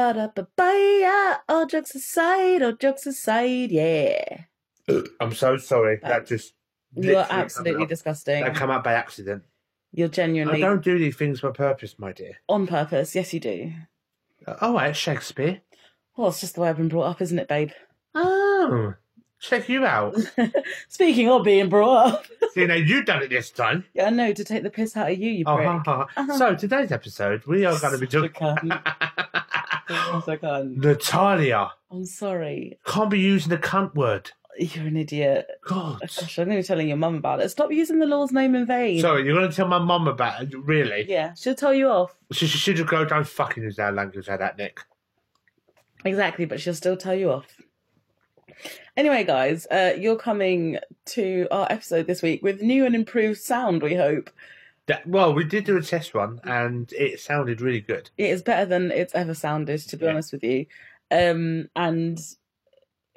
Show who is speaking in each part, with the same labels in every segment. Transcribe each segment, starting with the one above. Speaker 1: Ba-da-ba-ba-da-ba-ba-da-ba-ba-da-ba-ba-ya. All jokes aside, all jokes aside, yeah.
Speaker 2: I'm so sorry. That just
Speaker 1: You're
Speaker 2: literally come
Speaker 1: absolutely
Speaker 2: out-
Speaker 1: disgusting.
Speaker 2: That come out by accident.
Speaker 1: You're
Speaker 2: I
Speaker 1: genuinely
Speaker 2: don't do these things by purpose, my dear.
Speaker 1: on purpose. Yes, you do.
Speaker 2: Oh, it's Shakespeare.
Speaker 1: Well, it's just the way I've been brought up, isn't it, babe?
Speaker 2: Oh, check you out.
Speaker 1: Speaking of being brought up,
Speaker 2: See, now you've done it this time.
Speaker 1: yeah, I know to take the piss out of you, you
Speaker 2: Oh,
Speaker 1: prick.
Speaker 2: ha, ha,
Speaker 1: Uh-huh.
Speaker 2: ha. so today's episode, we are going to be
Speaker 1: Such a
Speaker 2: talking
Speaker 1: cunt. Such a cunt.
Speaker 2: Natalia.
Speaker 1: I'm sorry.
Speaker 2: Can't be using the cunt word.
Speaker 1: You're an idiot.
Speaker 2: God.
Speaker 1: Gosh, I'm going to be telling your mum about it. Stop using the Lord's name in vain.
Speaker 2: Sorry, you're going to tell my mum about it, really?
Speaker 1: Yeah, she'll tell you off.
Speaker 2: She, she should go, don't fucking use that language like that, Nick.
Speaker 1: Exactly, but she'll still tell you off. Anyway, guys, uh, you're coming to our episode this week with new and improved sound, we hope.
Speaker 2: That, well, we did do a test one, and it sounded really good.
Speaker 1: It is better than it's ever sounded, to be
Speaker 2: Yeah.
Speaker 1: honest with you. Um, and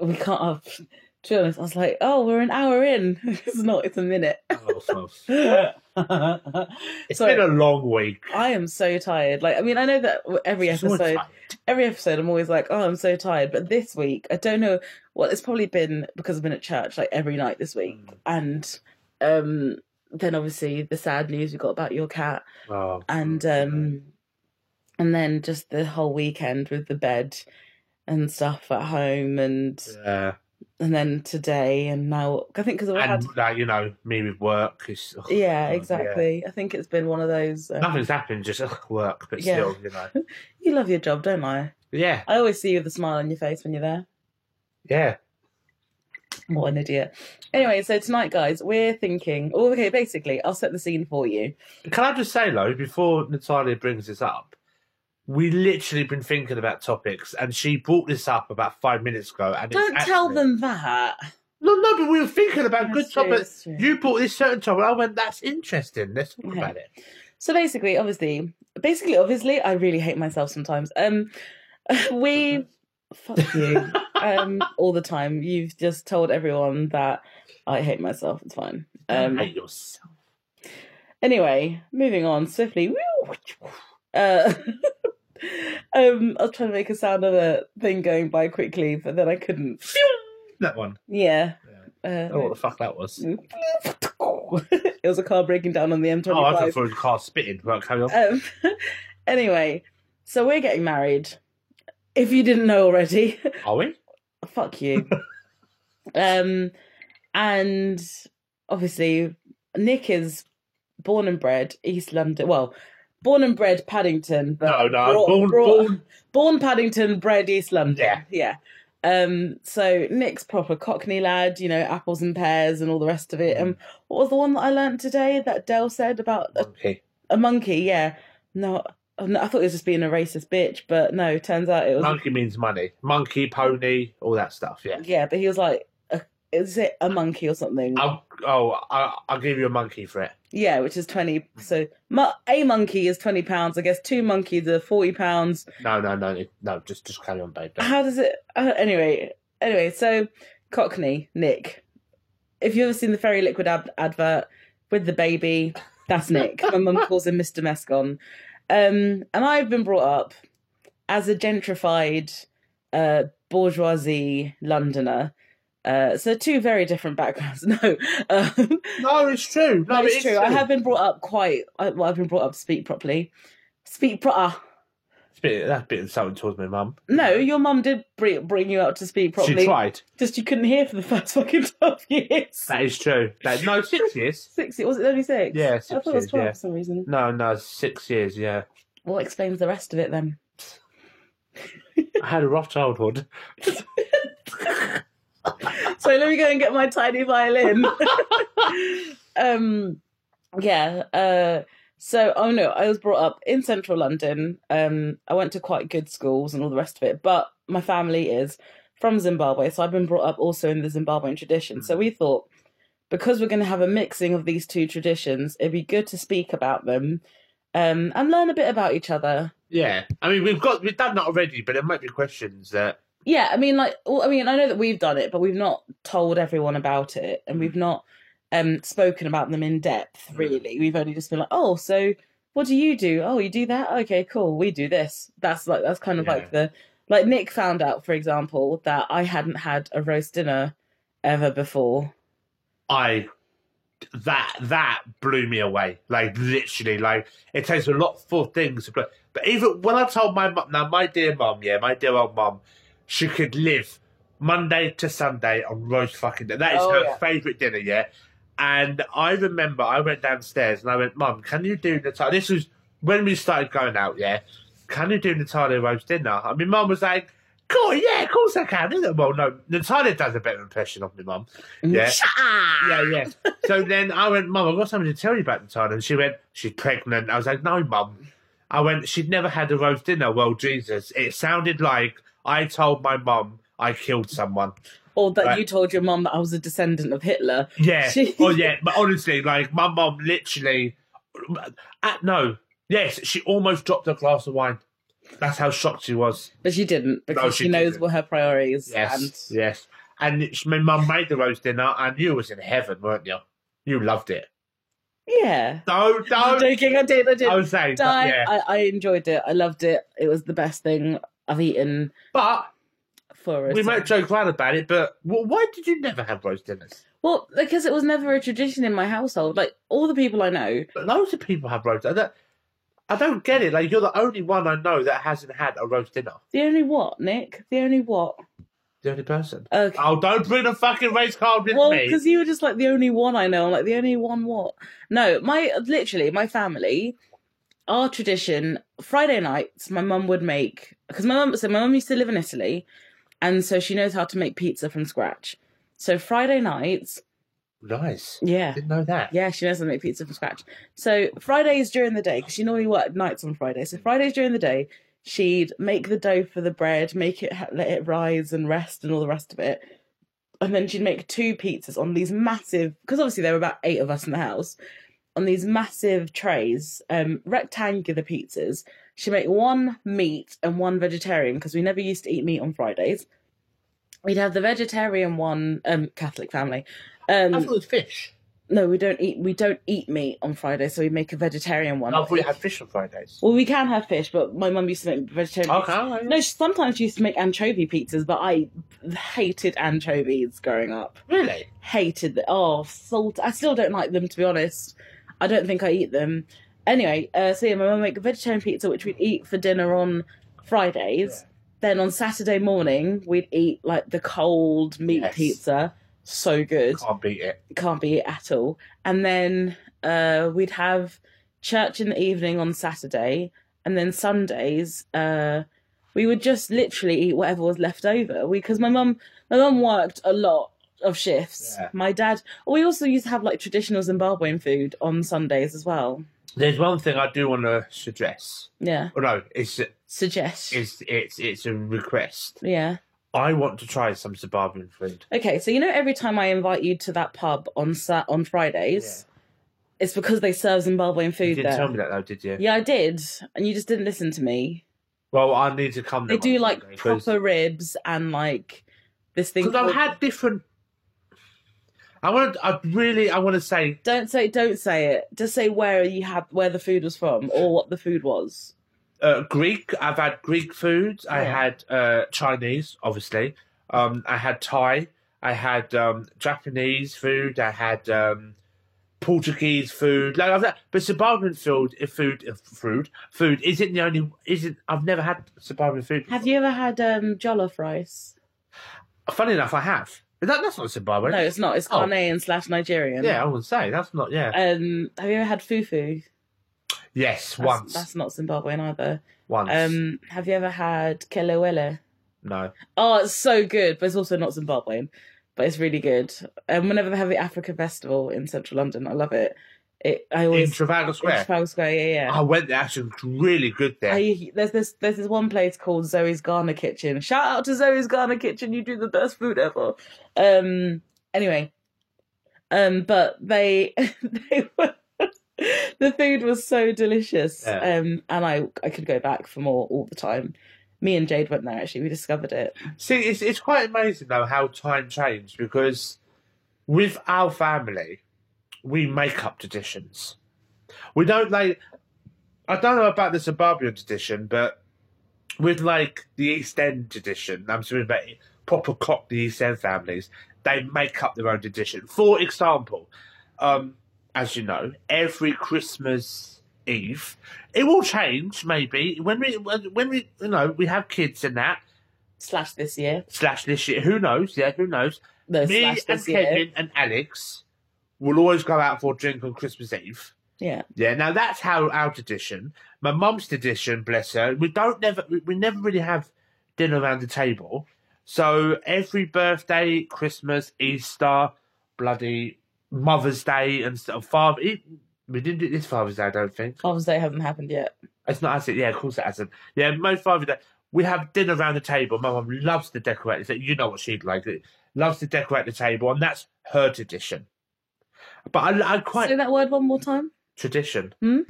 Speaker 1: we can't have, to be honest, I was like, oh, we're an hour in. it's not, it's a minute.
Speaker 2: Oh, well, It's
Speaker 1: so
Speaker 2: been a long week.
Speaker 1: I am so tired. Like, I mean, I know that every
Speaker 2: It's all
Speaker 1: episode,
Speaker 2: tight.
Speaker 1: every episode I'm always like, oh, I'm so tired. But this week, I don't know. Well, it's probably been because I've been at church like every night this week,
Speaker 2: Mm.
Speaker 1: and um, then obviously the sad news we got about your cat,
Speaker 2: Oh,
Speaker 1: and um, and then just the whole weekend with the bed and stuff at home, and
Speaker 2: yeah.
Speaker 1: and then today, and now I think because I've had.
Speaker 2: and like you know, me with work. It's, oh, Ah.
Speaker 1: Yeah,
Speaker 2: God,
Speaker 1: exactly. I think it's been one of those.
Speaker 2: yeah.
Speaker 1: Um,
Speaker 2: Nothing's happened, just ugh, work, but
Speaker 1: Yeah.
Speaker 2: still, you know.
Speaker 1: you love your job, don't I?
Speaker 2: Yeah,
Speaker 1: I always see you with a smile on your face when you're there.
Speaker 2: yeah. Mm.
Speaker 1: What an idiot. Anyway, so tonight, guys, we're thinking. Oh, okay, basically, I'll set the scene for you.
Speaker 2: Can I just say though, before Natalia brings this up, we literally been thinking about topics, and she brought this up about five minutes ago. And it's
Speaker 1: Don't tell
Speaker 2: actually-
Speaker 1: them that.
Speaker 2: No, no, but we were thinking about good
Speaker 1: That's true,
Speaker 2: topics.
Speaker 1: that's true.
Speaker 2: You brought this certain topic. I went, that's interesting. Let's talk
Speaker 1: Okay.
Speaker 2: about it.
Speaker 1: So basically, obviously, basically, obviously, I really hate myself sometimes. Um, we fuck you um all the time. You've just told everyone that I hate myself. It's fine. Um,
Speaker 2: Hate yourself.
Speaker 1: Anyway, moving on swiftly. Woo! Uh, um, I was trying to make a sound of a thing going by quickly, but then I couldn't.
Speaker 2: That one.
Speaker 1: Yeah.
Speaker 2: I
Speaker 1: Uh,
Speaker 2: don't know what the fuck that was.
Speaker 1: it was a car breaking down on the
Speaker 2: Oh, I thought
Speaker 1: M25.
Speaker 2: it was a car spitting. Well, carry on.
Speaker 1: um, anyway, so we're getting married. If you didn't know already,
Speaker 2: Are we?
Speaker 1: fuck you. um, and obviously, Nick is born and bred East London. Well, born and bred Paddington. But
Speaker 2: No, no.
Speaker 1: brought-
Speaker 2: born,
Speaker 1: brought-
Speaker 2: born.
Speaker 1: born Paddington, bred East London. Yeah. Um, so Nick's proper Cockney lad, you know, apples and pears and all the rest of it. And what was the one that I learnt today that Dell said about a,
Speaker 2: Okay.
Speaker 1: a monkey? Yeah. No, oh, no, I thought it was just being a racist bitch, but no, turns out it was.
Speaker 2: Monkey means money. Monkey, pony, all that stuff. Yeah.
Speaker 1: Yeah, but he was like, a, is it a monkey or something?
Speaker 2: I'll, oh, I'll, I'll give you a monkey for it.
Speaker 1: yeah, which is 20. So mo- a monkey is 20 pounds. I guess two monkeys are 40 pounds.
Speaker 2: No, no, no, no. Just, just carry on, babe. Don't-
Speaker 1: How does it? Uh, anyway, anyway, so Cockney Nick. If you've ever seen the Fairy Liquid ad- advert with the baby, that's Nick. My mum calls him Mr. Mescon. Um, and I've been brought up as a gentrified uh, bourgeoisie Londoner. Uh, so two very different backgrounds. No, um,
Speaker 2: No, it's true. No,
Speaker 1: no, it's
Speaker 2: it's
Speaker 1: true. I have been brought up quite. I, well, I've been brought up to speak properly. Speak proper.
Speaker 2: It's a bit, that's a bit insulting towards my mum.
Speaker 1: No, your mum did br- bring you up to speak properly.
Speaker 2: She tried.
Speaker 1: just you couldn't hear for the first fucking 12 years.
Speaker 2: That is true. That, no, six years.
Speaker 1: Six, was it only six?
Speaker 2: Yeah,
Speaker 1: I
Speaker 2: six
Speaker 1: thought it was
Speaker 2: years.
Speaker 1: 12
Speaker 2: Yeah.
Speaker 1: for some reason.
Speaker 2: No, no, six years. Yeah.
Speaker 1: What explains the rest of it then?
Speaker 2: I had a rough childhood.
Speaker 1: So let me go and get my tiny violin. um, yeah, uh, so, oh no, I was brought up in central London. Um, I went to quite good schools and all the rest of it, but my family is from Zimbabwe, so I've been brought up also in the Zimbabwean tradition. So we thought, because we're going to have a mixing of these two traditions, it'd be good to speak about them um, and learn a bit about each other.
Speaker 2: Yeah. I mean, we've got we've done that already, but there might be questions that
Speaker 1: Yeah, I mean, like, well, I mean, I know that we've done it, but we've not told everyone about it,
Speaker 2: Mm.
Speaker 1: and we've not um spoken about them in depth. Really, we've only just been like, oh, so what do you do? Oh, you do that? Okay, cool. We do this. That's like that's kind of
Speaker 2: Yeah.
Speaker 1: like the like Nick found out, for example, that I hadn't had a roast dinner ever before.
Speaker 2: I that that blew me away. Like literally, like it takes a lot for things to blow. But even when I told my mum, now my dear mum, yeah, my dear old mum, she could live Monday to Sunday on roast fucking dinner. That is
Speaker 1: Oh,
Speaker 2: her
Speaker 1: yeah.
Speaker 2: favourite dinner, yeah. And I remember I went downstairs and I went, Mum, can you do Natalia? This was when we started going out, yeah. Can you do Natalia roast dinner? I mean, Mum was like, Cool, yeah, of course I can. Isn't it? Well, no, Natalia does a better impression of me, Mum. Yeah.
Speaker 1: Shut up!
Speaker 2: Yeah, yeah. So then I went, Mum, I've got something to tell you about Natalia. And she went, She's pregnant. I was like, No, Mum. I went, She'd never had a roast dinner. Well, Jesus. It sounded like I told my mum I killed someone.
Speaker 1: Or that
Speaker 2: Right.
Speaker 1: you told your mum that I was a descendant of Hitler.
Speaker 2: Yeah.
Speaker 1: She-
Speaker 2: Oh, yeah. But honestly, like, my mum literally. At, no. Yes, she almost dropped a glass of wine. That's how shocked she was.
Speaker 1: But she didn't because she,
Speaker 2: she
Speaker 1: knows
Speaker 2: didn't.
Speaker 1: what her priorities
Speaker 2: Yes.
Speaker 1: and
Speaker 2: Yes. And it's- my mum made the roast dinner, and you was in heaven, weren't you? You loved it.
Speaker 1: Yeah.
Speaker 2: No,
Speaker 1: I'm
Speaker 2: no.
Speaker 1: joking, I did, I did.
Speaker 2: I was saying,
Speaker 1: Di-
Speaker 2: yeah.
Speaker 1: I, I enjoyed it. I loved it. It was the best thing I've eaten
Speaker 2: But
Speaker 1: for us.
Speaker 2: we might joke around about it, but wh- why did you never have roast dinners?
Speaker 1: Well, because it was never a tradition in my household. Like all the people I know,
Speaker 2: But loads of people have roast. I don't, I don't get it. Like you're the only one I know that hasn't had a roast dinner.
Speaker 1: the only what, Nick? The only what?
Speaker 2: The only person.
Speaker 1: Okay.
Speaker 2: Oh, don't bring the fucking race card with
Speaker 1: Well,
Speaker 2: me.
Speaker 1: because you were just like the only one I know. I'm like the only one what? No, my literally my family, our tradition Friday nights. My mum would make because my mum so my mum used to live in Italy, and so she knows how to make pizza from scratch. So Friday nights,
Speaker 2: Nice.
Speaker 1: yeah,
Speaker 2: Didn't know that.
Speaker 1: Yeah, she knows how to make pizza from scratch. So Fridays during the day, because she normally worked nights on Friday. So Fridays during the day, she'd make the dough for the bread, make it let it rise and rest and all the rest of it. And then she'd make two pizzas on these massive because obviously there were about eight of us in the house. On these massive trays, um, rectangular pizzas. She'd make one meat and one vegetarian, because we never used to eat meat on Fridays. We'd have the vegetarian one, um, Catholic family. Um,
Speaker 2: I thought it was fish.
Speaker 1: no, we don't eat. We don't eat meat on Friday, so we make a vegetarian one.
Speaker 2: I thought you had fish on Fridays.
Speaker 1: well, we can have fish, but my mum used to make vegetarian.
Speaker 2: Okay.
Speaker 1: pizzas.
Speaker 2: all right.
Speaker 1: No, she sometimes she used to make anchovy pizzas, but I hated anchovies growing up.
Speaker 2: Really?
Speaker 1: Hated the oh salt. I still don't like them to be honest. I don't think I eat them. Anyway, uh, so yeah, my mum would make a vegetarian pizza, which we'd eat for dinner on Fridays. Then on Saturday morning, we'd eat like the cold meat
Speaker 2: Yes.
Speaker 1: pizza. So good
Speaker 2: Can't beat it.
Speaker 1: can't be it at all. And then uh, we'd have church in the evening on Saturday, and then Sundays uh, we would just literally eat whatever was left over. Because my mum, my mum worked a lot of shifts.
Speaker 2: Yeah.
Speaker 1: My dad. We also used to have like traditional Zimbabwean food on Sundays as well.
Speaker 2: There's one thing I do want to suggest.
Speaker 1: Yeah,
Speaker 2: Oh, no, it's
Speaker 1: suggest.
Speaker 2: it's it's it's a request.
Speaker 1: yeah.
Speaker 2: I want to try some Zimbabwean food.
Speaker 1: Okay, so you know every time I invite you to that pub on Sat on Fridays, it's because they serve Zimbabwean
Speaker 2: You
Speaker 1: food
Speaker 2: didn't
Speaker 1: there.
Speaker 2: tell me that though, did you?
Speaker 1: Yeah, I did, and you just didn't listen to me.
Speaker 2: Well, I need to come.
Speaker 1: They
Speaker 2: there
Speaker 1: do
Speaker 2: one
Speaker 1: like
Speaker 2: Sunday, 'cause-
Speaker 1: proper ribs and like this thing.
Speaker 2: because I've
Speaker 1: called-
Speaker 2: had different. I want. I really. I want to say.
Speaker 1: Don't say, don't say it. Just say where you had, where the food was from, or what the food was.
Speaker 2: Uh, Greek. I've had Greek foods. I
Speaker 1: Yeah.
Speaker 2: had uh, Chinese, obviously. Um, I had Thai. I had um, Japanese food. I had um, Portuguese food. Like I've had, but Zimbabwean food, uh, food, uh, food, food isn't the only. Isn't I've never had Zimbabwean food.
Speaker 1: Have you ever had um, jollof rice?
Speaker 2: Funny enough, I have. But That, that's not Zimbabwe.
Speaker 1: No, it's not. It's
Speaker 2: Oh.
Speaker 1: Ghanaian slash Nigerian.
Speaker 2: yeah, I would say that's not. Yeah.
Speaker 1: Um, have you ever had fufu?
Speaker 2: yes,
Speaker 1: That's,
Speaker 2: once.
Speaker 1: That's not Zimbabwean either.
Speaker 2: once.
Speaker 1: Um, have you ever had kelewele?
Speaker 2: no.
Speaker 1: Oh, it's so good, but it's also not Zimbabwean, but it's really good. And whenever they have the Africa Festival in Central London, I love it. It I
Speaker 2: In
Speaker 1: always
Speaker 2: Trafalgar
Speaker 1: In
Speaker 2: Square.
Speaker 1: Trafalgar Square, yeah, yeah.
Speaker 2: I went there. Actually, it's really good there.
Speaker 1: I, there's this there's this one place called Zoe's Ghana Kitchen. Shout out to Zoe's Ghana Kitchen. You do the best food ever. Um. Anyway. Um. But they they were. The food was so delicious,
Speaker 2: Yeah.
Speaker 1: um, and I I could go back for more all the time. Me and Jade went there actually. We discovered it.
Speaker 2: See, it's it's quite amazing though how time changed because with our family, we make up traditions. We don't like I don't know about the Suburban tradition, but with like the East End tradition, I'm talking about proper Cockney East End families, they make up their own tradition. For example, um, as you know, every Christmas Eve, it will change maybe when we when we you know we have kids and that
Speaker 1: Slash this year.
Speaker 2: slash this year. Who knows? Yeah, who knows?
Speaker 1: No,
Speaker 2: Me
Speaker 1: slash
Speaker 2: and
Speaker 1: this year.
Speaker 2: Kevin and Alex will always go out for a drink on Christmas Eve.
Speaker 1: Yeah.
Speaker 2: Yeah, now that's how our tradition. My mum's tradition, bless her. We don't never we, we never really have dinner around the table. So every birthday, Christmas, Easter, bloody Mother's Day, and stuff. Father, it, we didn't do this Father's Day. I don't think
Speaker 1: Father's Day hasn't happened yet.
Speaker 2: it's not as it. Yeah, of course it hasn't. Yeah, most Father's Day we have dinner around the table. My mum loves to decorate. So you know what she'd like. Loves to decorate the table, and that's her tradition. But I, I quite
Speaker 1: Say that word one more time.
Speaker 2: Tradition.
Speaker 1: Hmm?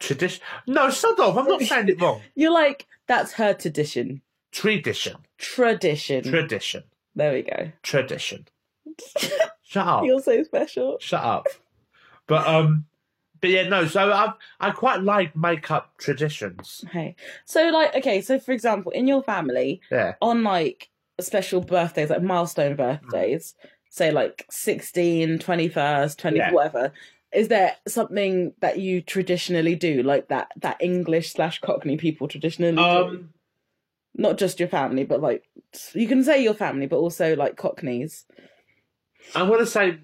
Speaker 2: Tradition. No, shut up. I'm not saying it wrong.
Speaker 1: You're like, that's her tradition.
Speaker 2: Tradition.
Speaker 1: Tradition.
Speaker 2: Tradition.
Speaker 1: there we go.
Speaker 2: Tradition. Shut up.
Speaker 1: You're so special.
Speaker 2: Shut up. But um, but yeah, no. So I I quite like makeup traditions.
Speaker 1: Hey. So, like, okay, so for example, in your family,
Speaker 2: Yeah.
Speaker 1: on like special birthdays, like milestone birthdays, say like 16, 21st, 20,
Speaker 2: Yeah.
Speaker 1: whatever, is there something that you traditionally do, like that that English slash Cockney people traditionally do?
Speaker 2: Um.
Speaker 1: Not just your family, but like you can say your family, but also like Cockneys.
Speaker 2: I want to say.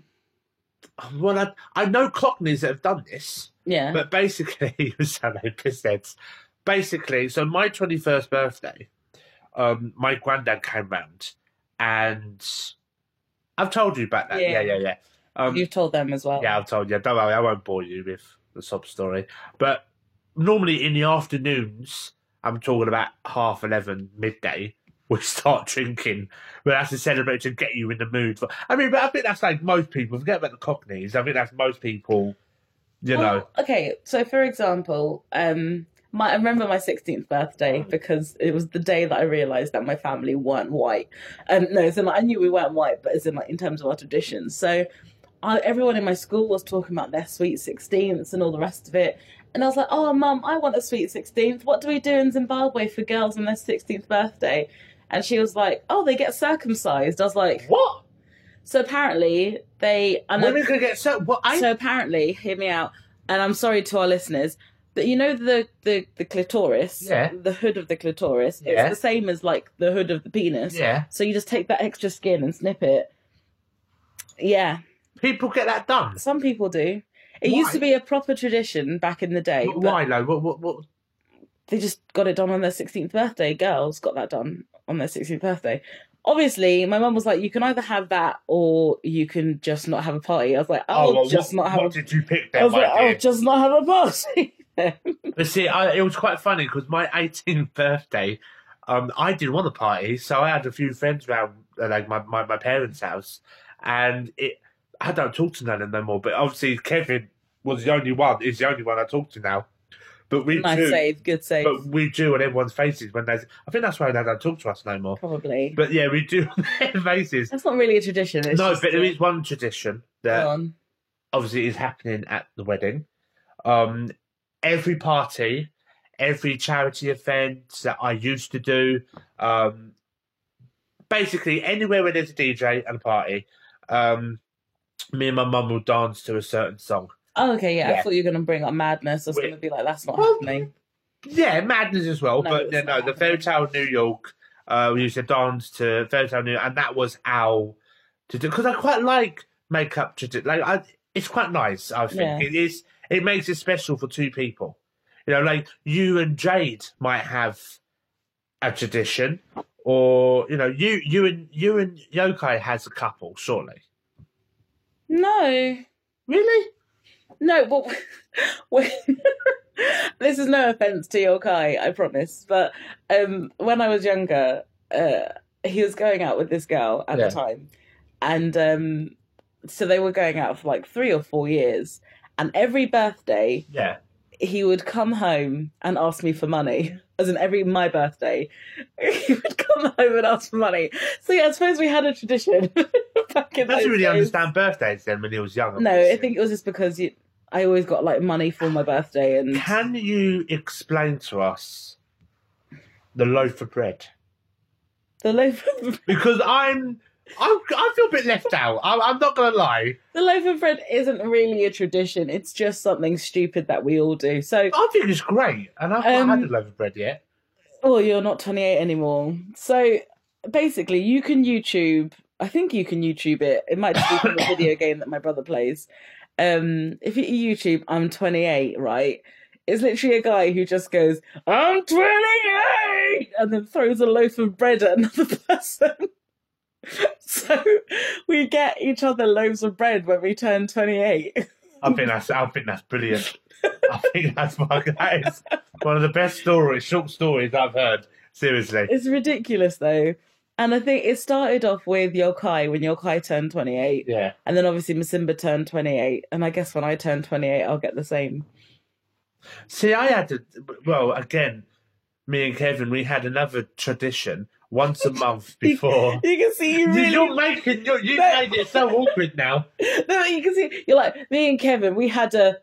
Speaker 2: Well, I I know Cockneys that have done this,
Speaker 1: Yeah.
Speaker 2: but basically, you sound like pissheads. Basically, so my twenty first birthday, um, my granddad came round, and I've told you about that.
Speaker 1: Yeah.
Speaker 2: Yeah, yeah, yeah. Um,
Speaker 1: You've told them as well.
Speaker 2: Yeah, I've told you. Don't worry, I won't bore you with the sob story. But normally in the afternoons, I'm talking about half eleven, midday. We start drinking. We have to celebrate to get you in the mood. For, I mean, but I think that's like most people. Forget about the Cockneys. I think that's most people. You
Speaker 1: Well,
Speaker 2: know,
Speaker 1: Okay, so for example, um, my I remember my sixteenth birthday because it was the day that I realised that my family weren't white. Um, no, so like, I knew we weren't white, but as in like in terms of our traditions. So, I, everyone in my school was talking about their sweet sixteenths and all the rest of it, and I was like, "Oh, mum, I want a sweet sixteenth. What do we do in Zimbabwe for girls on their sixteenth birthday?" And she was like, "Oh, they get circumcised." I was like,
Speaker 2: what
Speaker 1: "So apparently they." and I-
Speaker 2: women can get so. What I
Speaker 1: so apparently, hear me out, and I'm sorry to our listeners, but you know the the, the clitoris,
Speaker 2: Yeah.
Speaker 1: the hood of the clitoris,
Speaker 2: Yeah.
Speaker 1: it's the same as like the hood of the penis.
Speaker 2: yeah,
Speaker 1: So you just take that extra skin and snip it. Yeah,
Speaker 2: people get that done.
Speaker 1: some people do. It
Speaker 2: Why?
Speaker 1: used to be a proper tradition back in the day.
Speaker 2: But
Speaker 1: but
Speaker 2: Why though? What, what, what?
Speaker 1: They just got it done on their 16th birthday. Girls got that done on their 16th birthday. Obviously, my mum was like, "You can either have that, or you can just not have a party." I was like, "I'll
Speaker 2: Oh, well,
Speaker 1: just
Speaker 2: what,
Speaker 1: not have a
Speaker 2: what did you pick
Speaker 1: I
Speaker 2: then,
Speaker 1: was
Speaker 2: my
Speaker 1: like,
Speaker 2: dear?
Speaker 1: I'll just not have a party.
Speaker 2: But see, I, it was quite funny because my 18th birthday, um, I didn't want a party, so I had a few friends round, uh, like my, my, my parents' house, and it. I don't talk to none of them no more. But obviously, Kevin was the only one. Is the only one I talk to now. But we
Speaker 1: nice
Speaker 2: do,
Speaker 1: save, good save.
Speaker 2: but we do on everyone's faces when they. I think that's why they don't talk to us no more.
Speaker 1: Probably.
Speaker 2: But yeah, we do on their faces.
Speaker 1: That's not really a tradition. It's
Speaker 2: no,
Speaker 1: just
Speaker 2: but
Speaker 1: a-
Speaker 2: there is one tradition that
Speaker 1: Go on.
Speaker 2: obviously is happening at the wedding. Um, every party, every charity event that I used to do, um, basically anywhere where there's a DJ and a party, um, me and my mum will dance to a certain song.
Speaker 1: Oh, okay, yeah. I
Speaker 2: Yeah.
Speaker 1: thought you were going to bring up madness. I was
Speaker 2: Wait.
Speaker 1: going to be like, that's not
Speaker 2: Well,
Speaker 1: happening.
Speaker 2: Yeah, madness as well,
Speaker 1: No,
Speaker 2: but
Speaker 1: it's
Speaker 2: yeah, no,
Speaker 1: not
Speaker 2: the Fairy Tale New York, uh, we used to dance to Fairy Tale New York, and that was our to do because I quite like makeup to do. Like, I, it's quite nice. I think
Speaker 1: Yeah.
Speaker 2: it is. It makes it special for two people. You know, like you and Jade might have a tradition, or you know, you you and you and Yokai has a couple, surely.
Speaker 1: No. Really? No, well, when, this is no offense to your Kai, I promise. But um, when I was younger, uh, he was going out with this girl at
Speaker 2: Yeah.
Speaker 1: the time. And um, so they were going out for like three or four years. And every birthday,
Speaker 2: Yeah,
Speaker 1: he would come home and ask me for money. As in every my birthday, he would come home and ask for money. So yeah, I suppose we had a tradition back in
Speaker 2: doesn't
Speaker 1: those
Speaker 2: really
Speaker 1: days.
Speaker 2: understand birthdays then when he was young.
Speaker 1: No, I
Speaker 2: obviously.
Speaker 1: think it was just because you I always got like money for my birthday and
Speaker 2: Can you explain to us the loaf of bread?
Speaker 1: the loaf of,
Speaker 2: Because I'm, I'm I feel a bit left out. I'm, I'm not gonna lie.
Speaker 1: the loaf of bread isn't really a tradition. It's just something stupid that we all do. So
Speaker 2: I think it's great, and I've
Speaker 1: Um,
Speaker 2: not had a loaf of bread yet.
Speaker 1: oh, you're not 28 anymore. So basically, you can YouTube. I think you can YouTube it. It might just be from a video game that my brother plays. Um, if you YouTube, I'm 28, right? It's literally a guy who just goes, "I'm 28," and then throws a loaf of bread at another person. so we get each other loaves of bread when we turn 28.
Speaker 2: I think that's I think that's brilliant. I think that's my, that is one of the best stories, short stories I've heard. Seriously,
Speaker 1: It's ridiculous though. And I think it started off with Yokai when Yokai turned 28.
Speaker 2: yeah.
Speaker 1: And then obviously Masimba turned 28. And I guess when I turn 28, I'll get the same.
Speaker 2: See, I had to. Well, again, me and Kevin, we had another tradition once a month before.
Speaker 1: You can see you really.
Speaker 2: You're making you you
Speaker 1: No.
Speaker 2: made it so awkward now.
Speaker 1: No, you can see. You're like, me and Kevin, we had a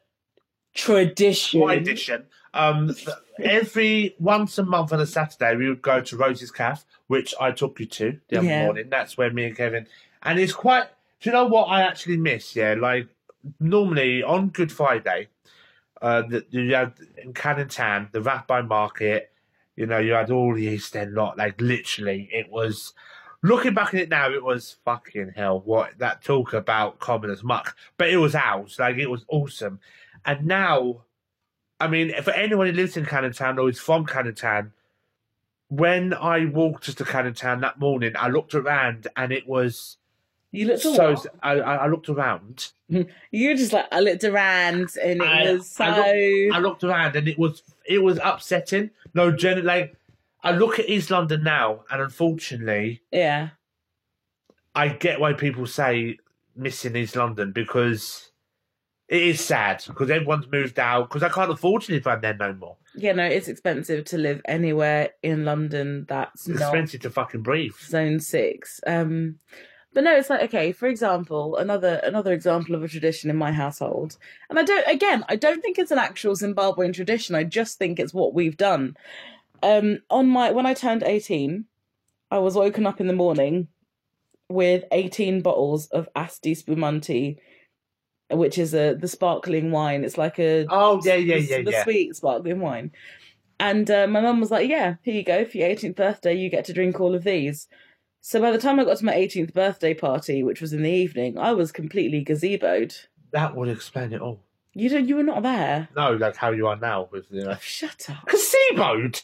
Speaker 1: tradition.
Speaker 2: My edition. Um, every once a month on a Saturday, we would go to Rose's Calf, which I took you to the other
Speaker 1: Yeah.
Speaker 2: morning. That's where me and Kevin. And it's quite. Do you know what I actually miss? Yeah, like normally on Good Friday, uh, the, you had in Cannon Town the Rabbi Market. You know, you had all the East End lot. Like literally, it was. Looking back at it now, it was fucking hell. What that talk about commoners muck, but it was ours. Like it was awesome. And now, I mean, for anyone who lives in Cannon Town or is from Cannon Town, when I walked to Cannon Town that morning, I looked around and it was
Speaker 1: You looked
Speaker 2: so.
Speaker 1: so.
Speaker 2: I, I I looked around.
Speaker 1: You were just like, I looked around and it
Speaker 2: I-
Speaker 1: was so.
Speaker 2: I I looked around and it was it was upsetting. No, gen like I look at East London now, and unfortunately,
Speaker 1: yeah.
Speaker 2: I get why people say missing East London because it is sad because everyone's moved out because I can't afford to live around there no more.
Speaker 1: You know, it's expensive to live anywhere in London that's
Speaker 2: It's
Speaker 1: not
Speaker 2: expensive to fucking breathe.
Speaker 1: zone six. Um, but no, it's like okay. For example, another another example of a tradition in my household, and I don't again, I don't think it's an actual Zimbabwean tradition. I just think it's what we've done. Um, on my when I turned eighteen, I was woken up in the morning with eighteen bottles of Asti Spumanti, which is a the sparkling wine. It's like a
Speaker 2: Oh yeah, yeah,
Speaker 1: the-
Speaker 2: yeah,
Speaker 1: the
Speaker 2: yeah.
Speaker 1: sweet sparkling wine. And uh, my mum was like, "Yeah, here you go for your 18th birthday. You get to drink all of these." So by the time I got to my 18th birthday party, which was in the evening, I was completely gazeboed.
Speaker 2: That would explain it all.
Speaker 1: You don't, you were not there.
Speaker 2: No, like how you are now with you know.
Speaker 1: Shut up.
Speaker 2: Gazeboed?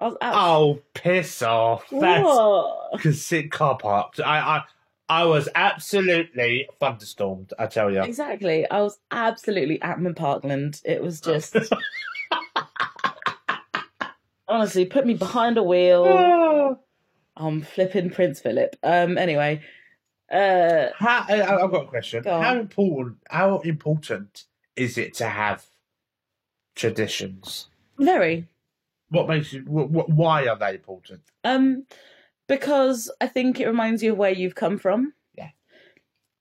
Speaker 1: I was out.
Speaker 2: Oh, piss off! That's
Speaker 1: What?
Speaker 2: Cause car parked. I, I, I was absolutely thunderstormed. I tell you.
Speaker 1: Exactly. I was absolutely at my Parkland. It was just honestly put me behind a wheel.
Speaker 2: Oh.
Speaker 1: I'm flipping Prince Philip. Um. Anyway. Uh.
Speaker 2: How, I, I- I've got a question.
Speaker 1: Go on.
Speaker 2: How important? How important is it to have traditions?
Speaker 1: Very.
Speaker 2: What makes you? What, what, why are they important?
Speaker 1: Um, because I think it reminds you of where you've come from.
Speaker 2: Yeah.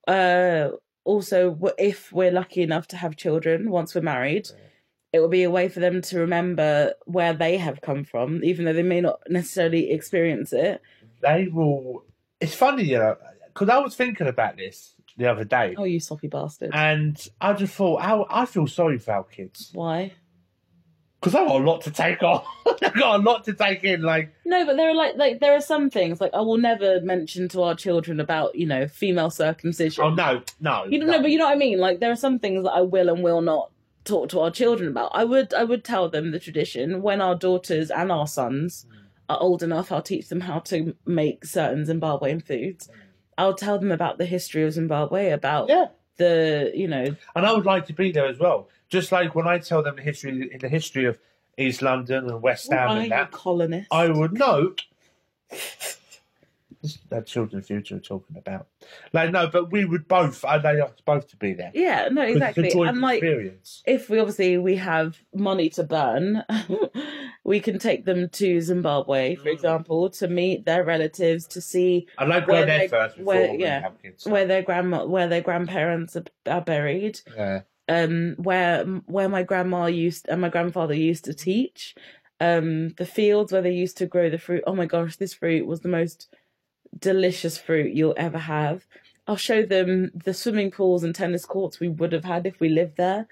Speaker 1: Uh, also, w- if we're lucky enough to have children once we're married,
Speaker 2: Yeah.
Speaker 1: it will be a way for them to remember where they have come from, even though they may not necessarily experience it.
Speaker 2: They will. It's funny, you know, because I was thinking about this the other day,
Speaker 1: Oh, you soppy bastard!
Speaker 2: and I just thought, how I feel sorry for our kids
Speaker 1: Why?
Speaker 2: because I got a lot to take on. I got a lot to take in. Like,
Speaker 1: No, but there are like like there are some things like I will never mention to our children about you know female circumcision.
Speaker 2: oh no, no,
Speaker 1: You don't know, but you know what I mean. Like there are some things that I will and will not talk to our children about. I would, I would tell them the tradition when our daughters and our sons
Speaker 2: Mm.
Speaker 1: are old enough. I'll teach them how to make certain Zimbabwean foods. I'll tell them about the history of Zimbabwe, about
Speaker 2: Mm. yeah.
Speaker 1: the, you know,
Speaker 2: and I would like to be there as well. Just like when I tell them the history, the history of East London and West Ham
Speaker 1: are
Speaker 2: and
Speaker 1: you a
Speaker 2: that,
Speaker 1: colonist?
Speaker 2: I would know. This is that children's future we're talking about. Like no, but we would both. I'd like us both to be there.
Speaker 1: yeah, no,
Speaker 2: 'Cause
Speaker 1: exactly.
Speaker 2: It's a joint
Speaker 1: And like,
Speaker 2: experience.
Speaker 1: if we obviously we have money to burn, we can take them to Zimbabwe, for
Speaker 2: Mm.
Speaker 1: example, to meet their relatives, to see
Speaker 2: I'd like
Speaker 1: where
Speaker 2: we're there
Speaker 1: they-
Speaker 2: first before
Speaker 1: where-
Speaker 2: we
Speaker 1: yeah,
Speaker 2: have kids.
Speaker 1: where their grandma where their grandparents are, are buried
Speaker 2: yeah.
Speaker 1: um, where where my grandma used and my grandfather used to teach. Um, the fields where they used to grow the fruit. Oh my gosh, this fruit was the most delicious fruit you'll ever have. I'll show them the swimming pools and tennis courts we would have had if we lived there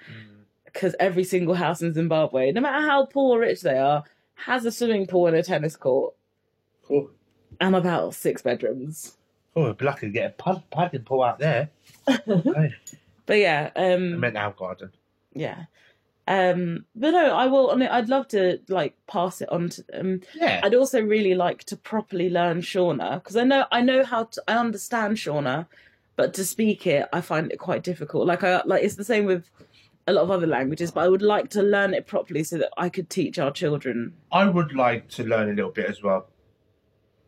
Speaker 1: because every single house in Zimbabwe, no matter how poor or rich they are, has a swimming pool and a tennis court
Speaker 2: Oh,
Speaker 1: and about six bedrooms.
Speaker 2: oh, it'd be lucky to get a pad, padding pool out there. Okay.
Speaker 1: But yeah,
Speaker 2: I
Speaker 1: um,
Speaker 2: meant our garden.
Speaker 1: yeah, um, but no, I will. I mean, I'd love to like pass it on to them.
Speaker 2: Yeah.
Speaker 1: I'd also really like to properly learn Shauna because I know I know how to I understand Shauna, but to speak it I find it quite difficult. Like I like it's the same with a lot of other languages, but I would like to learn it properly so that I could teach our children
Speaker 2: I would like to learn a little bit as well.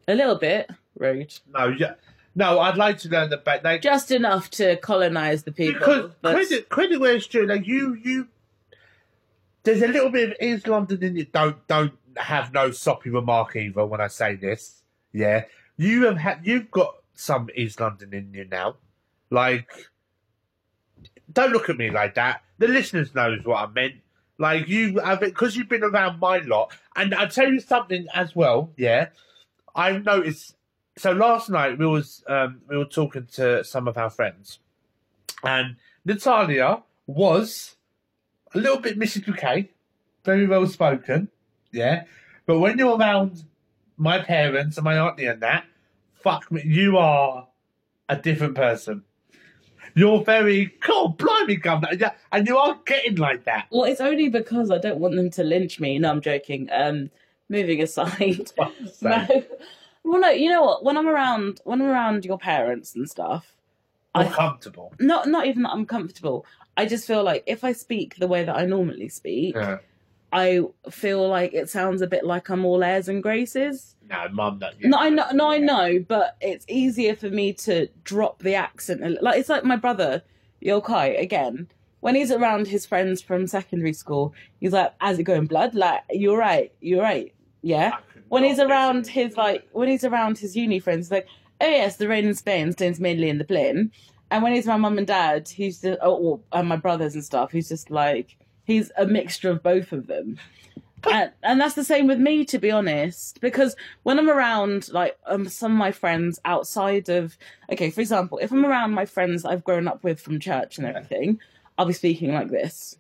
Speaker 1: a little bit. Rude.
Speaker 2: No, yeah, no, I'd like to learn the back. Like,
Speaker 1: just enough to colonize the people.
Speaker 2: because
Speaker 1: but
Speaker 2: credit, credit where it's due. Like you, you. There's a little bit of East London in you. Don't don't have no soppy remark either when I say this. Yeah, you have had you've got some East London in you now. Like, don't look at me like that. The listeners knows what I meant. Like you have it because you've been around my lot, and I'll tell you something as well. Yeah, I've noticed. So last night we was um, we were talking to some of our friends, and Natalia was a little bit Mrs. Bouquet, very well spoken, yeah. But when you're around my parents and my auntie and that, fuck me, you are a different person. You're very, God, blimey, gum, yeah, and you are getting like that.
Speaker 1: well, it's only because I don't want them to lynch me. No, I'm joking. Um, moving aside,
Speaker 2: So,
Speaker 1: no. Well, no, you know what? When I'm around, when I'm around your parents and stuff,
Speaker 2: More
Speaker 1: I-
Speaker 2: comfortable.
Speaker 1: not not even that I'm comfortable. I just feel like if I speak the way that I normally speak,
Speaker 2: Yeah.
Speaker 1: I feel like it sounds a bit like I'm all airs and graces.
Speaker 2: No, mum, not
Speaker 1: No, I know, no, I know, but it's easier for me to drop the accent. a li- Like it's like my brother Yokai again. When he's around his friends from secondary school, he's like, "How's it going, blood? Like, you're right, you're right, yeah." When he's around his like, when he's around his uni friends, he's like, "Oh yes, the rain in Spain stains mainly in the plane." And when he's my mum and dad, he's just, oh, well, and my brothers and stuff, he's just like, he's a mixture of both of them. And, and that's the same with me, to be honest, because when I'm around like um, some of my friends outside of okay, for example, if I'm around my friends I've grown up with from church and
Speaker 2: Yeah.
Speaker 1: everything, I'll be speaking like this,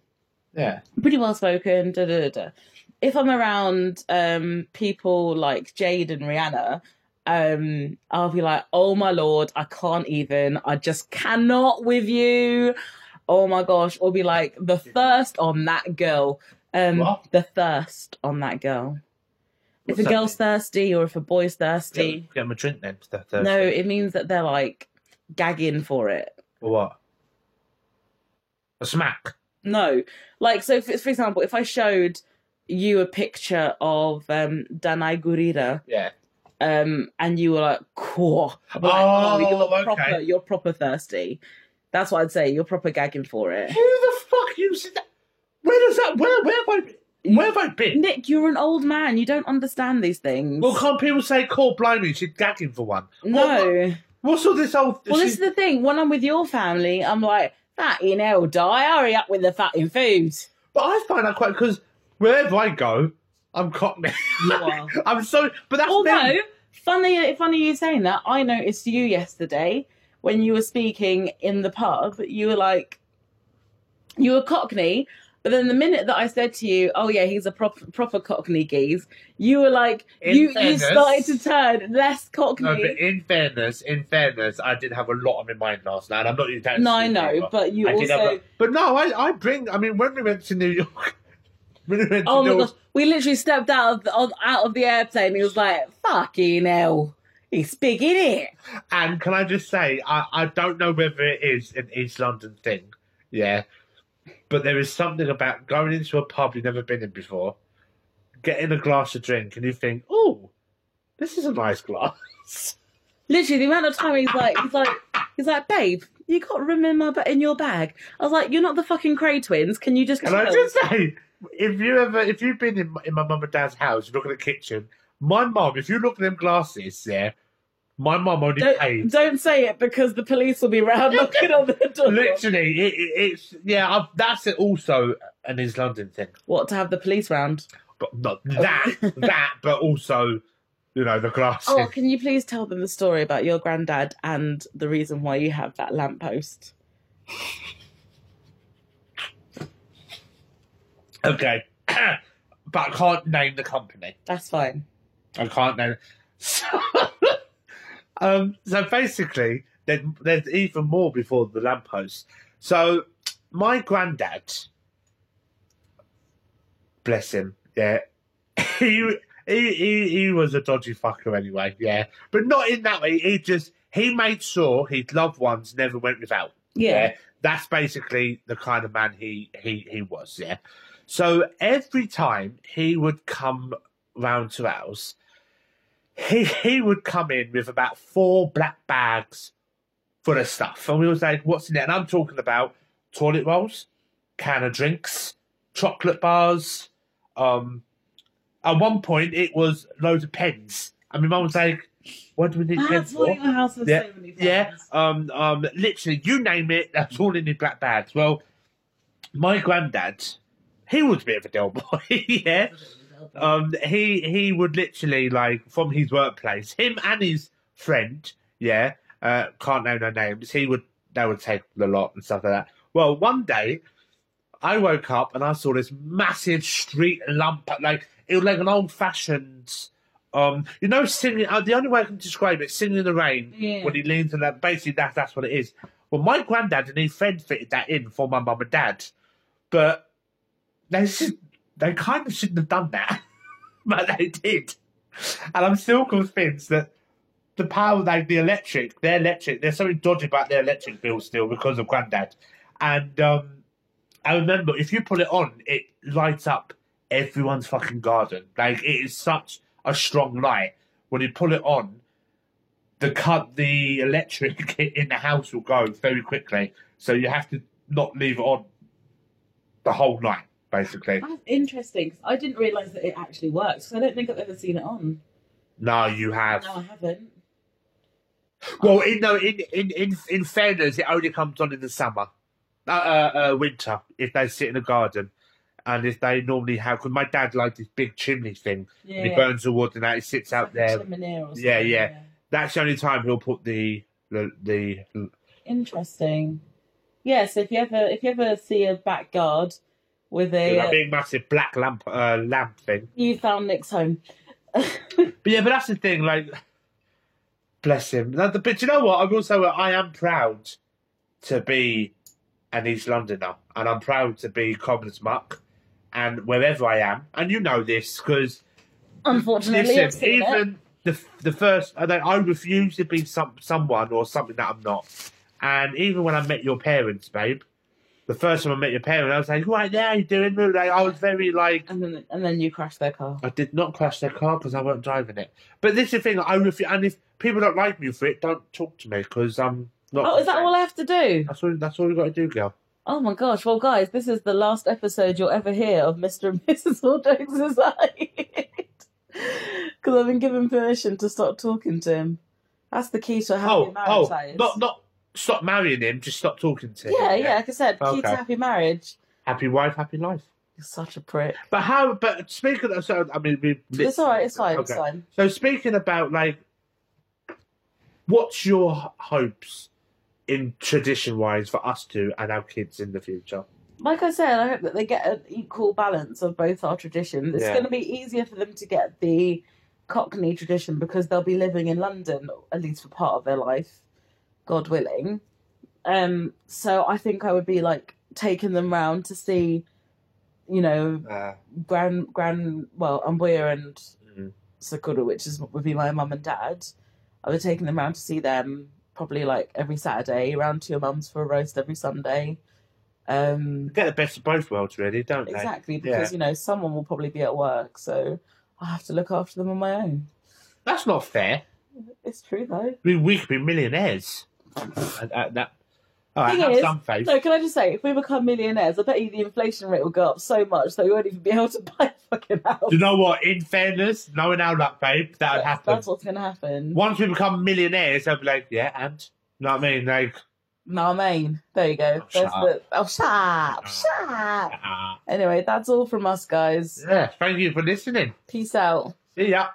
Speaker 2: Yeah.
Speaker 1: pretty well spoken. Da da da. da. If I'm around um, people like Jade and Rihanna, um, I'll be like, oh my lord, I can't even. I just cannot with you. Oh my gosh, or be like the thirst on that girl. Um,
Speaker 2: What?
Speaker 1: the thirst on that girl. If
Speaker 2: What's
Speaker 1: a
Speaker 2: that
Speaker 1: girl's thirsty or if a boy's
Speaker 2: Get,
Speaker 1: thirsty,
Speaker 2: get him a drink then. to that
Speaker 1: no,
Speaker 2: Thursday.
Speaker 1: it means that they're like gagging for it.
Speaker 2: Or what? A smack.
Speaker 1: No, like so. For, for example, if I showed you a picture of um, Danai Gurira,
Speaker 2: Yeah.
Speaker 1: um, and you were like, "Cool, Like,
Speaker 2: Oh,
Speaker 1: you're
Speaker 2: okay.
Speaker 1: proper, you're proper thirsty." That's what I'd say. You're proper gagging for
Speaker 2: Who
Speaker 1: it.
Speaker 2: the fuck uses that? Where does that? Where? Where have I? been- Where have I been?
Speaker 1: Nick, you're an old man. You don't understand these things.
Speaker 2: Well, can't people say, "Call blimey, she's gagging for one"? What-
Speaker 1: no.
Speaker 2: What's all this old?
Speaker 1: Well, this is the thing. When I'm with your family, I'm like, "That in hell, die! Hurry up with the fucking food."
Speaker 2: But I find that quite because wherever I go, I'm cockney.
Speaker 1: You are.
Speaker 2: I'm so. But that's
Speaker 1: Although,
Speaker 2: me.
Speaker 1: funny, funny you saying that. I noticed you yesterday when you were speaking in the pub. You were like, you were Cockney, but then the minute that I said to you, "Oh yeah, he's a proper, proper Cockney geese," you were like,
Speaker 2: In
Speaker 1: you
Speaker 2: fairness-
Speaker 1: you started to turn less
Speaker 2: No,
Speaker 1: Cockney.
Speaker 2: but in fairness, in fairness, I did have a lot on my mind last night. and I'm not even. that
Speaker 1: No, I
Speaker 2: stupid
Speaker 1: know,
Speaker 2: either.
Speaker 1: but you
Speaker 2: I did have
Speaker 1: also.
Speaker 2: a- but no, I, I bring. I mean, when we went to New York, when we went to
Speaker 1: Oh
Speaker 2: New
Speaker 1: my
Speaker 2: York,
Speaker 1: gosh, we literally stepped out of the, of- out of the airplane. He was like, "Fucking hell, it's big, in it?"
Speaker 2: And can I just say, I, I don't know whether it is an East London thing, yeah, but there is something about going into a pub you've never been in before, getting a glass of drink, and you think, oh, this is a nice glass.
Speaker 1: Literally, the amount of time he's like, he's like, he's like, babe, you got room in my ba- in your bag. I was like, you're not the fucking Cray twins. Can you just?
Speaker 2: Can I
Speaker 1: chill?"
Speaker 2: just say, if you ever, if you've been in, in my mum and dad's house, you look at the kitchen, my mum, if you look at them glasses, yeah, My mum only
Speaker 1: Don't,
Speaker 2: paid.
Speaker 1: don't say it because the police will be round knocking on the door.
Speaker 2: Literally, it, it, it's yeah. I've, that's it. Also, an East London thing,
Speaker 1: What to have the police round?
Speaker 2: but not that that, but also, you know, the glasses.
Speaker 1: Oh, can you please tell them the story about your granddad and the reason why you have that lamppost?
Speaker 2: Okay, but I can't name the company.
Speaker 1: That's fine.
Speaker 2: I can't name. It. So, um, so basically, there, there's even more before the lamppost. So my granddad, bless him, yeah, he. He, he, he was a dodgy fucker anyway, yeah. But not in that way. He just he made sure his loved ones never went without.
Speaker 1: Yeah.
Speaker 2: That's basically the kind of man he, he, he was, yeah. So every time he would come round to ours, he he would come in with about four black bags full of stuff. And we was like, what's in it? And I'm talking about toilet rolls, can of drinks, chocolate bars. Um at one point it was loads of pens. And my mum was like, What do we need pens
Speaker 1: Ah, That's
Speaker 2: for?
Speaker 1: why your house has
Speaker 2: Yeah.
Speaker 1: so many pens.
Speaker 2: Yeah. Um. Um. Literally, you name it. That's all in his black bags. Well, my granddad, he was a bit of a dull boy. yeah. Um. He he would literally like from his workplace, him and his friend. Yeah. Uh. Can't name their names. He would. They would take the lot and stuff like that. Well, one day, I woke up and I saw this massive street lamp. Like it was like an old fashioned. Um, you know, singing. Uh, the only way I can describe it, singing in the rain,
Speaker 1: Yeah.
Speaker 2: when he leans on that. Basically, that that's what it is. Well, my granddad and his friend fitted that in for my mum and dad, but they should, they kind of shouldn't have done that, but they did, and I'm still convinced that the power, like the electric, their electric, there's something dodgy about their electric bill still because of granddad, and um, I remember if you put it on, it lights up everyone's fucking garden. Like it is such a strong light. When you pull it on, the cut the electric in the house will go very quickly. So you have to not leave it on the whole night, basically.
Speaker 1: That's interesting. 'cause I didn't realise that it actually works. 'cause I don't think I've ever seen it on.
Speaker 2: No, you have.
Speaker 1: No, I haven't.
Speaker 2: Well, in no, in in in in fairness, it only comes on in the summer, uh, uh, uh winter. If they sit in the garden, and if they normally have, because my dad liked this big chimney thing,
Speaker 1: Yeah.
Speaker 2: and he burns the wood and that, he
Speaker 1: It's
Speaker 2: sits
Speaker 1: like
Speaker 2: out
Speaker 1: a
Speaker 2: there.
Speaker 1: chimney or
Speaker 2: Yeah,
Speaker 1: something,
Speaker 2: yeah. That's the only time he'll put the the, the
Speaker 1: Interesting. Yeah, so if you ever if you ever see a backyard with a
Speaker 2: that
Speaker 1: uh,
Speaker 2: big massive black lamp uh, lamp thing.
Speaker 1: you found Nick's home.
Speaker 2: But yeah, but that's the thing. Like, bless him. That- But you know what? I will say, well, I am proud to be an East Londoner, and I'm proud to be Cobblers Muck, and wherever I am, and you know this because
Speaker 1: Unfortunately, I've
Speaker 2: listen,
Speaker 1: seen it.
Speaker 2: even the the first, I, don't, I refuse to be some someone or something that I'm not, and even when I met your parents, babe. The first time I met your parents, I was like, "Right now, you doing?" Like, I was very like,
Speaker 1: and then and then you crashed their car.
Speaker 2: I did not crash their car because I weren't driving it. But this is the thing, I refuse. And if people don't like me for it, don't talk to me because I'm not.
Speaker 1: Oh, is that all I have to do?
Speaker 2: That's all. That's all you got to do, girl.
Speaker 1: Oh my gosh! Well, guys, this is the last episode you'll ever hear of Mr. and Mrs. Ordoz's side because I've been given permission to stop talking to him. That's the key to a happy
Speaker 2: Oh,
Speaker 1: marriage.
Speaker 2: oh,
Speaker 1: that is.
Speaker 2: not not stop marrying him. Just stop talking to him.
Speaker 1: yeah, yeah. Like I said, key
Speaker 2: Okay.
Speaker 1: to happy marriage.
Speaker 2: Happy wife, happy life.
Speaker 1: You're such a prick.
Speaker 2: But how? But speaking of, so I mean, we.
Speaker 1: It's all right. It's fine. It's
Speaker 2: Okay.
Speaker 1: fine.
Speaker 2: So speaking about like, what's your h- hopes in tradition wise for us two and our kids in the future?
Speaker 1: Like I said, I hope that they get an equal balance of both our traditions. It's
Speaker 2: Yeah.
Speaker 1: going to be easier for them to get the Cockney tradition because they'll be living in London at least for part of their life, God willing. Um, so I think I would be like taking them round to see, you know,
Speaker 2: Uh,
Speaker 1: grand grand well Ambuya and
Speaker 2: Mm.
Speaker 1: Sakura, which is would be my mum and dad. I was taking them round to see them probably like every Saturday, round to your mum's for a roast every Sunday. Um,
Speaker 2: get the best of both worlds, really, don't they?
Speaker 1: exactly because you know someone will probably be at work, so I have to look after them on my own.
Speaker 2: That's not fair.
Speaker 1: It's true though.
Speaker 2: I mean, we could be millionaires at, at that All right,
Speaker 1: Thing
Speaker 2: have
Speaker 1: is,
Speaker 2: some faith.
Speaker 1: No, can I just say, if we become millionaires, I bet you the inflation rate will go up so much that we won't even be able to buy a fucking house.
Speaker 2: Do you know what? In fairness, knowing our luck, babe, that would
Speaker 1: That's,
Speaker 2: happen.
Speaker 1: that's what's going to happen.
Speaker 2: Once we become millionaires, they'll be like, yeah, and? You know what I mean? Like,
Speaker 1: No, I mean, there you go.
Speaker 2: Oh, shut
Speaker 1: There's the, oh, shut up, shut up.
Speaker 2: ah.
Speaker 1: Anyway, that's all from us, guys.
Speaker 2: yeah, thank you for listening.
Speaker 1: Peace out.
Speaker 2: See ya.